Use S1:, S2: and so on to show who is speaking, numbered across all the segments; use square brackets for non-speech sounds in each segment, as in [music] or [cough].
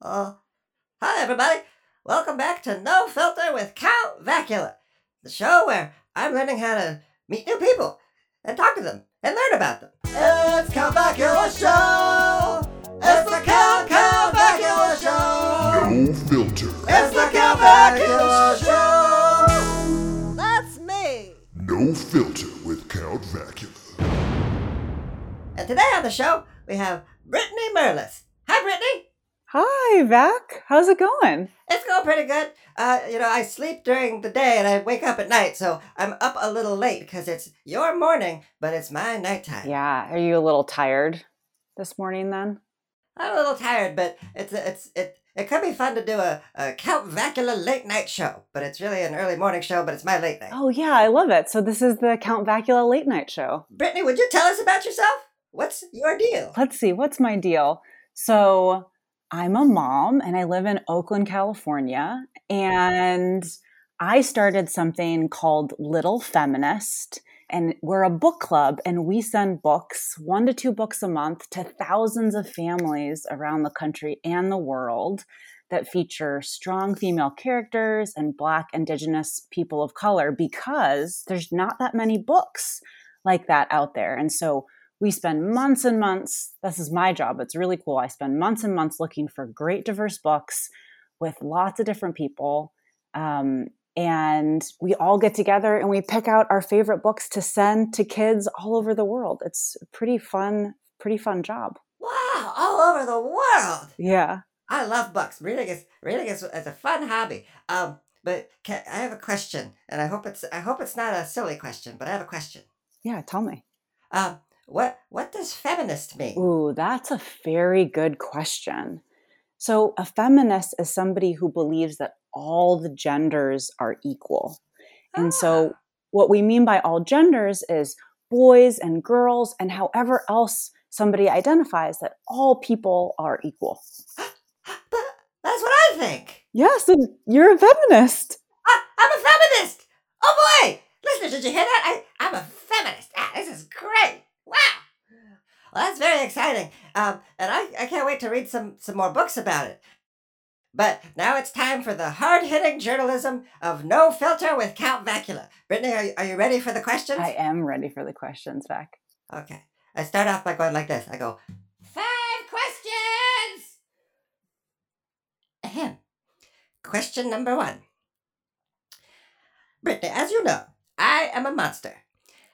S1: Uh, hi, everybody. Welcome back to No Filter with Count Vacula, the show where I'm learning how to meet new people and talk to them and learn about them. It's Count Vacula Show! It's the Count Count Vacula Show!
S2: No filter.
S1: It's the Count Vacula Show! That's me!
S2: No filter with Count Vacula.
S1: And today on the show, we have Brittany Merlis. Hi, Brittany!
S3: Hi, Vac. How's it going?
S1: It's going pretty good. Uh, you know, I sleep during the day and I wake up at night, so I'm up a little late because it's your morning, but it's my nighttime.
S3: Yeah. Are you a little tired this morning then?
S1: I'm a little tired, but it's it's it. It could be fun to do a, a Count Vacula late night show, but it's really an early morning show, but it's my late night.
S3: Oh, yeah. I love it. So, this is the Count Vacula late night show.
S1: Brittany, would you tell us about yourself? What's your deal?
S3: Let's see. What's my deal? So, I'm a mom and I live in Oakland, California. And I started something called Little Feminist. And we're a book club and we send books, one to two books a month, to thousands of families around the country and the world that feature strong female characters and Black, Indigenous people of color because there's not that many books like that out there. And so we spend months and months. This is my job. It's really cool. I spend months and months looking for great, diverse books with lots of different people. Um, and we all get together and we pick out our favorite books to send to kids all over the world. It's a pretty fun, pretty fun job.
S1: Wow, all over the world.
S3: Yeah.
S1: I love books. Reading is reading is, is a fun hobby. Um, but can, I have a question, and I hope it's I hope it's not a silly question, but I have a question.
S3: Yeah. Tell me.
S1: Um, what what does feminist mean?
S3: Ooh, that's a very good question. So, a feminist is somebody who believes that all the genders are equal. And so, what we mean by all genders is boys and girls and however else somebody identifies, that all people are equal.
S1: But that's what I think.
S3: Yeah, so you're a feminist.
S1: I, I'm a feminist. Oh boy, listeners, did you hear that? I, I'm a feminist. Ah, this is great. Wow. Well, that's very exciting. Um, and I, I can't wait to read some some more books about it. But now it's time for the hard hitting journalism of No Filter with Count Vacula. Brittany, are you, are you ready for the questions?
S3: I am ready for the questions, Vac.
S1: Okay. I start off by going like this. I go, five questions! Ahem. Question number one. Brittany, as you know, I am a monster.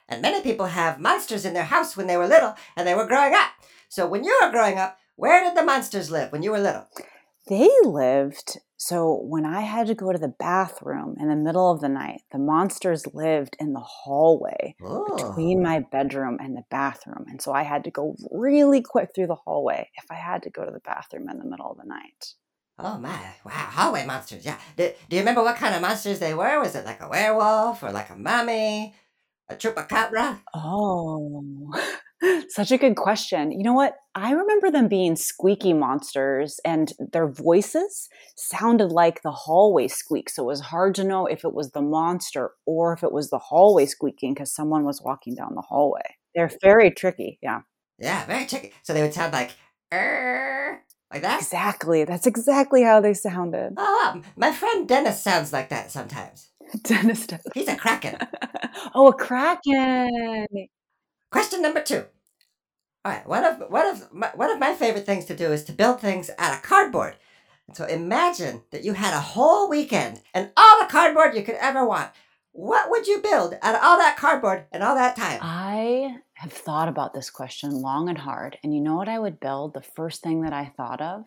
S1: And many people have monsters in their house when they were little and they were growing up. So when you were growing up, where did the monsters live when you were little?
S3: they lived so when i had to go to the bathroom in the middle of the night the monsters lived in the hallway between my bedroom and the bathroom and so i had to go really quick through the hallway if i had to go to the bathroom in the middle of the night
S1: Oh my, wow, hallway monsters, yeah. Do, do you remember what kind of monsters they were? Was it like a werewolf or like a mummy? A chupacabra?
S3: oh [laughs] such a good question you know what i remember them being squeaky monsters and their voices sounded like the hallway squeak so it was hard to know if it was the monster or if it was the hallway squeaking because someone was walking down the hallway they're very tricky yeah
S1: Yeah, very tricky. So they would sound like, "Err," like that?
S3: Exactly. That's exactly how they sounded. [laughs]
S1: Oh, wow. my friend Dennis sounds like that sometimes.
S3: Dennis. does-
S1: He's a
S3: [laughs]
S1: kraken.
S3: oh, a kraken.
S1: Question number two. All right, one of one of my, one of my favorite things to do is to build things out of cardboard. And so imagine that you had a whole weekend and all the cardboard you could ever want. What would you build out of all that cardboard and all that time?
S3: I have thought about this question long and hard. And you know what I would build? The first thing that I thought of?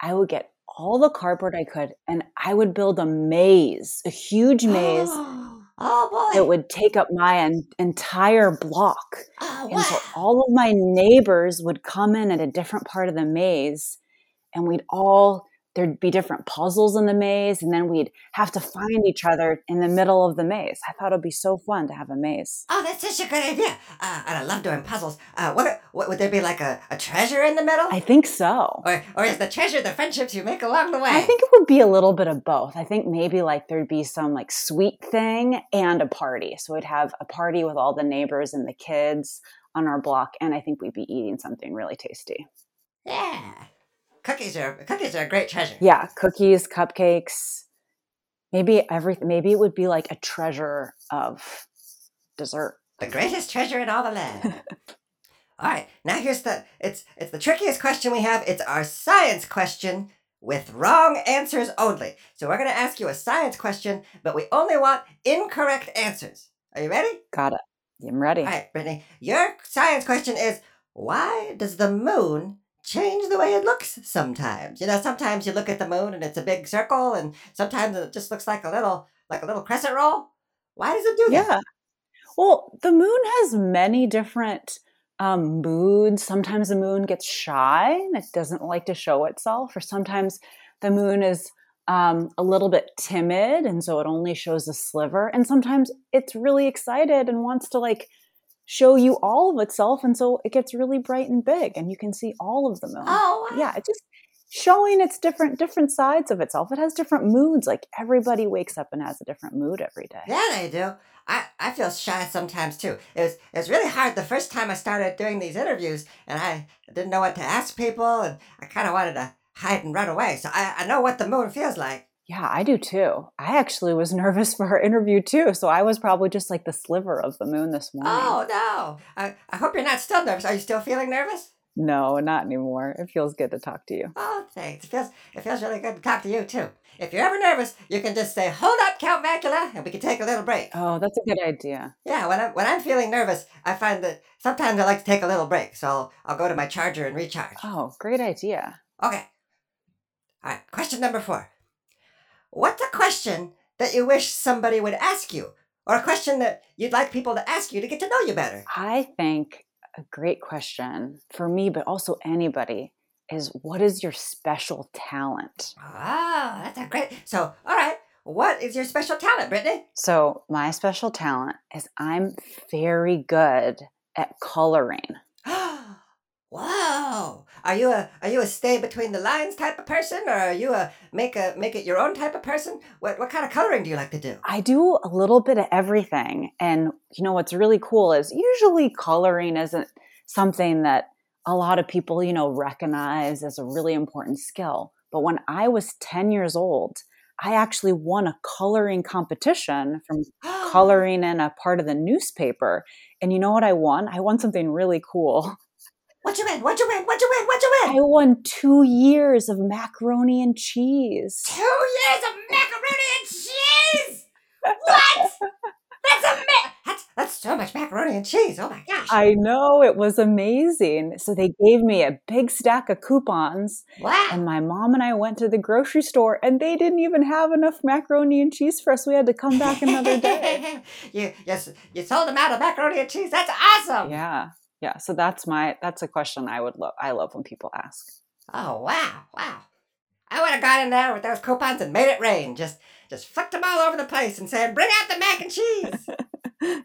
S3: I would get all the cardboard I could and I would build a maze, a huge [gasps] maze
S1: [gasps] Oh boy!
S3: that would take up my en- entire block.
S1: oh,
S3: And so
S1: wow.
S3: all of my neighbors would come in at a different part of the maze, and we'd all, there'd be different puzzles in the maze, and then we'd have to find each other in the middle of the maze. I thought it would be so fun to have a maze.
S1: Oh, that's such a good idea. Uh, and I love doing puzzles. Uh, what, what would there be like a, a treasure in the middle?
S3: I think so.
S1: or, or is the treasure the friendships you make along the way?
S3: I think it would be a little bit of both. I think maybe like there'd be some like sweet thing and a party. So we'd have a party with all the neighbors and the kids on our block, and I think we'd be eating something really tasty.
S1: Yeah. Cookies are cookies are a great treasure.
S3: Yeah, cookies, cupcakes, maybe everything. Maybe it would be like a treasure of dessert.
S1: The greatest treasure in all the
S3: [laughs]
S1: land. all right, now here's the it's it's the trickiest question we have. It's our science question with wrong answers only. So we're gonna ask you a science question, but we only want incorrect answers. Are you ready?
S3: Got it. I'm ready.
S1: All right, Brittany. Your science question is why does the moon change the way it looks sometimes? You know, sometimes you look at the moon and it's a big circle, and sometimes it just looks like a little like a little crescent roll. Why does it do that?
S3: Yeah. Well, the moon has many different um, moods. Sometimes the moon gets shy and it doesn't like to show itself, or sometimes the moon is um, a little bit timid and so it only shows a sliver. And sometimes it's really excited and wants to like show you all of itself, and so it gets really bright and big, and you can see all of the moon.
S1: Oh, wow.
S3: Yeah, it's just showing its different different sides of itself. It has different moods. Like everybody wakes up and has a different mood every day.
S1: Yeah, they do. I, I feel shy sometimes too. It was it was really hard the first time I started doing these interviews, and I didn't know what to ask people, and I kind of wanted to hide and run away. So I, I know what the moon feels like.
S3: Yeah, I do too. I actually was [laughs] nervous for our interview too, so I was probably just like the sliver of the moon this morning.
S1: Oh no! I, I hope you're not still nervous. Are you still feeling nervous?
S3: No, not anymore. It feels good to talk to you.
S1: Oh, thanks. It feels it feels really good to talk to you too. If you're ever nervous, you can just say, "Hold up, Count Macula," and we can take a little break.
S3: Oh, that's a good idea.
S1: Yeah, when I'm when I'm feeling nervous, I find that sometimes I like to take a little break. So I'll, I'll go to my charger and recharge.
S3: Oh, great idea.
S1: Okay. All right. Question number four. What's a question that you wish somebody would ask you, or a question that you'd like people to ask you to get to know you better?
S3: I think a great question for me, but also anybody, is what is your special talent?
S1: Oh, that's a great. So, all right. What is your special talent, Brittany?
S3: So, my special talent is I'm very good at coloring.
S1: [gasps] Whoa! Are you a are you a stay between the lines type of person, or are you a make a make it your own type of person? What what kind of coloring do you like to do? [gasps]
S3: I do a little bit of everything. And you know what's really cool is usually coloring isn't something that a lot of people, you know, recognize as a really important skill. But when I was 10 years old, I actually won a coloring competition from
S1: Oh,
S3: coloring in a part of the newspaper. And you know what I won? I won something really cool. [laughs]
S1: What you win? What you win? What you win? What you
S3: I
S1: win?
S3: won two years of macaroni and cheese.
S1: Two years of macaroni and cheese. What? That's a ma- that's that's so much macaroni and cheese. Oh my gosh!
S3: I know it was amazing. So they gave me a big stack of coupons,
S1: wow!
S3: and my mom and I went to the grocery store, and they didn't even have enough macaroni and cheese for us. We had to come back another
S1: [laughs]
S3: day.
S1: you yes you sold them out of macaroni and cheese. That's awesome.
S3: yeah, yeah. So that's my that's a question I would love. I love when people ask.
S1: Oh wow, wow! I would have gone in there with those coupons and made it rain. Just just flicked them all over the place and said, "Bring out the mac and cheese."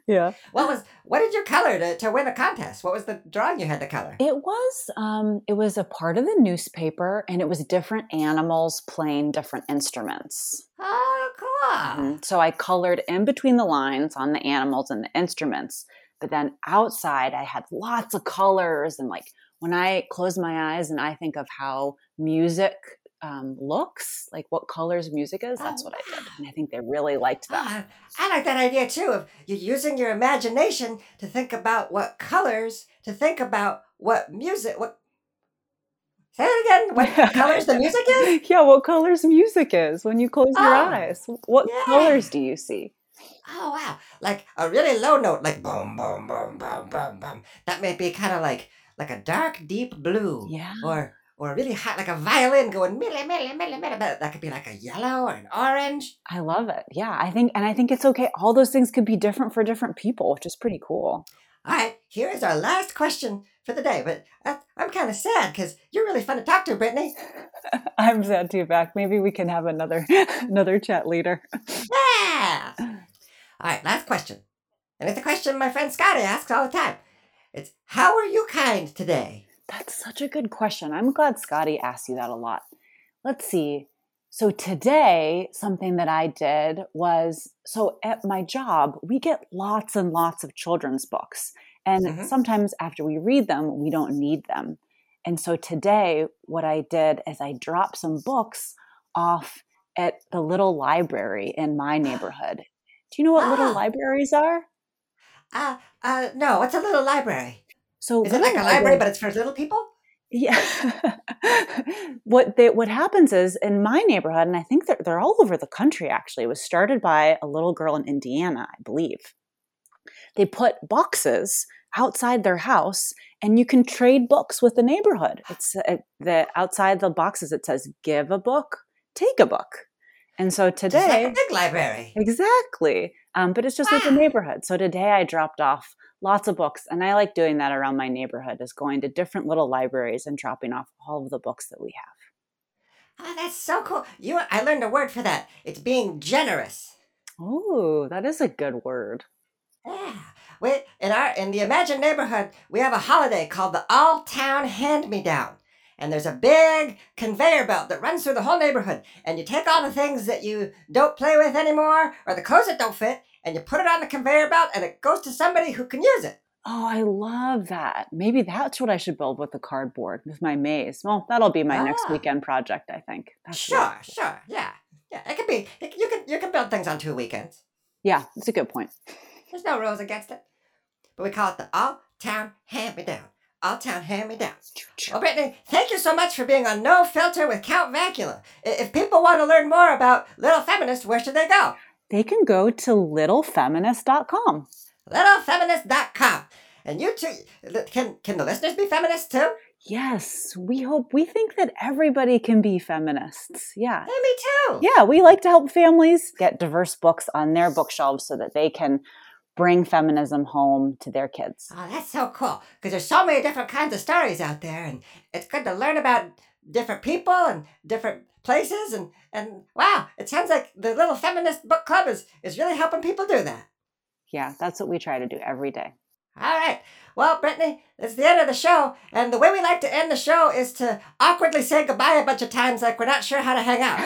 S3: Yeah,
S1: what was what did you color to, to win a contest? What was the drawing you had to color?
S3: it was um, it was a part of the newspaper, and it was different animals playing different instruments.
S1: Oh, cool.
S3: Mhm. So I colored in between the lines on the animals and the instruments. But then outside, I had lots of colors. And like when I close my eyes and I think of how music um, looks, like what colors music is, that's what I did. And I think they really liked
S1: Oh,
S3: that.
S1: I- I like that idea too of you using your imagination to think about what colors, to think about what music, what. Say it again.
S3: [laughs]
S1: What colors the music is?
S3: Yeah, what colors music is when you close your
S1: Oh,
S3: eyes. What
S1: yeah.
S3: colors do you see?
S1: Oh wow! Like a really low note, like boom, boom, boom, boom, boom, boom. That may be kind of like like a dark, deep blue.
S3: Yeah.
S1: Or or really hot, like a violin going milli, milli, milli, milli. milli. That could be like a yellow or an orange.
S3: I love it. Yeah, I think, and I think it's okay. All those things could be different for different people, which is pretty cool.
S1: All right, here is our last question for the day. But I, I'm kind of sad because you're really fun to talk to, Brittany.
S3: I'm sad too, back. Maybe we can have another [laughs] another chat later.
S1: Yeah. All right, last question. And it's a question my friend Scotty asks all the time. It's how are you kind today?
S3: That's such a good question. I'm glad Scotty asked you that a lot. Let's see. So, today, something that I did was so at my job, we get lots and lots of children's books. And
S1: Mhm.
S3: sometimes after we read them, we don't need them. And so today, what I did is I dropped some books off at the little library in my neighborhood. Do you know what
S1: Ah.
S3: little libraries are?
S1: Uh, uh, no, it's a little library.
S3: So
S1: Is it
S3: little
S1: like a library, but it's for little people?
S3: Yeah. [laughs] what they, what happens is in my neighborhood, and I think they're, they're all over the country actually, it was started by a little girl in Indiana, I believe. They put boxes outside their house and you can trade books with the neighborhood. It's uh, the outside the boxes it says give a book, take a book. And so
S1: It's just like
S3: today
S1: a big library.
S3: Exactly. Um, but it's just like a
S1: Wow.
S3: neighborhood. So today I dropped off lots of books, and I like doing that around my neighborhood, is going to different little libraries and dropping off all of the books that we have.
S1: Oh, that's so cool. You, I learned a word for that. It's being generous.
S3: Oh, that is a good word.
S1: Yeah. We, in our in the Imagine neighborhood, we have a holiday called the All Town Hand Me Down. And there's a big conveyor belt that runs through the whole neighborhood. And you take all the things that you don't play with anymore or the clothes that don't fit, and you put it on the conveyor belt and it goes to somebody who can use it.
S3: Oh, I love that. Maybe that's what I should build with the cardboard with my maze. Well, that'll be my next
S1: Ah.
S3: weekend project, I think. That's really
S1: Sure,
S3: cool.
S1: sure, yeah. Yeah. It could be you can you can build things on two weekends.
S3: Yeah, that's a good point.
S1: There's no rules against it. But we call it the All Town Hand Me Down. All Town Hand Me Down. Well, Brittany, thank you so much for being on No Filter with Count Vacula. I- If people want to learn more about Little Feminist, where should they go?
S3: They can go to littlefeminist.com.
S1: LittleFeminist.com. And you too. li- Can, can the listeners be feminists too?
S3: Yes, we hope, we think that everybody can be feminists. Yeah,
S1: Hey, me too.
S3: Yeah, we like to help families get diverse books on their bookshelves so that they can bring feminism home to their kids.
S1: Oh, that's so cool. Because there's so many different kinds of stories out there. And it's good to learn about different people and different places. And, and wow, it sounds like the Little Feminist Book Club is, is really helping people do that.
S3: Yeah, that's what we try to do every day. [laughs]
S1: All right. Well, Brittany, it's the end of the show, and the way we like to end the show is to awkwardly say goodbye a bunch of times, like we're not sure how to hang out.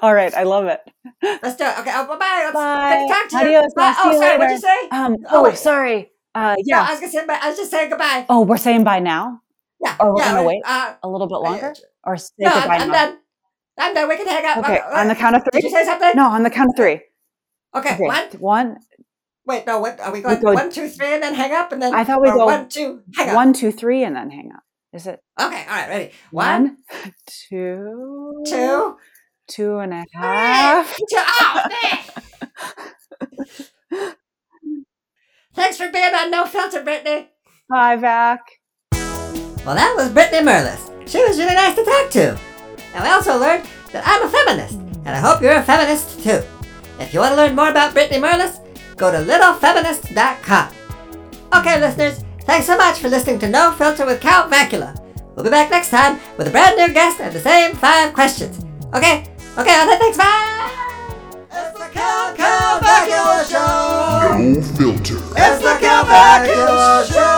S3: All right, I love it.
S1: Let's do it. Okay. Oh, bye bye.
S3: Bye.
S1: Good to talk to you.
S3: Adios.
S1: Bye.
S3: I'll see
S1: Oh,
S3: you
S1: sorry. What'd you
S3: later.
S1: say?
S3: Um,
S1: Oh,
S3: oh,
S1: wait.
S3: sorry. Uh,
S1: No,
S3: yeah.
S1: I was gonna say. Bye. I was just saying goodbye.
S3: Oh, we're saying bye now
S1: Yeah.
S3: Oh, we're
S1: yeah,
S3: gonna
S1: we-
S3: wait?
S1: Uh,
S3: a little bit
S1: yeah,
S3: longer, or say
S1: no,
S3: goodbye
S1: I'm, I'm
S3: now.
S1: done. I'm done. We can hang out.
S3: Okay,
S1: Uh,
S3: on the count of
S1: Did you
S3: three.
S1: say something?
S3: No, on the count of three.
S1: Okay.
S3: Okay,
S1: One.
S3: one,
S1: Wait. No. What? Are we going
S3: go-
S1: one, two, three, and then hang up, and then
S3: I thought we
S1: or
S3: go
S1: one, two, hang up.
S3: one, two, three, and then hang up. Is it
S1: Okay. All right. Ready. One,
S3: one, [laughs] two,
S1: two,
S3: two and a
S1: three.
S3: half?
S1: two. Oh man. Thanks for being on No Filter, Brittany.
S3: Hi, Vac.
S1: Well, that was Brittany Merlis. She was really nice to talk to. And we also learned that I'm a feminist, and I hope you're a feminist too. If you want to learn more about Brittany Merlis, go to littlefeminist.com. Okay, listeners, thanks so much for listening to No Filter with Count Vacula. We'll be back next time with a brand new guest and the same five questions. Okay, okay, well, then, thanks, bye! It's the Count Count Vacula Show!
S2: No filter.
S1: It's the Count Vacula Show!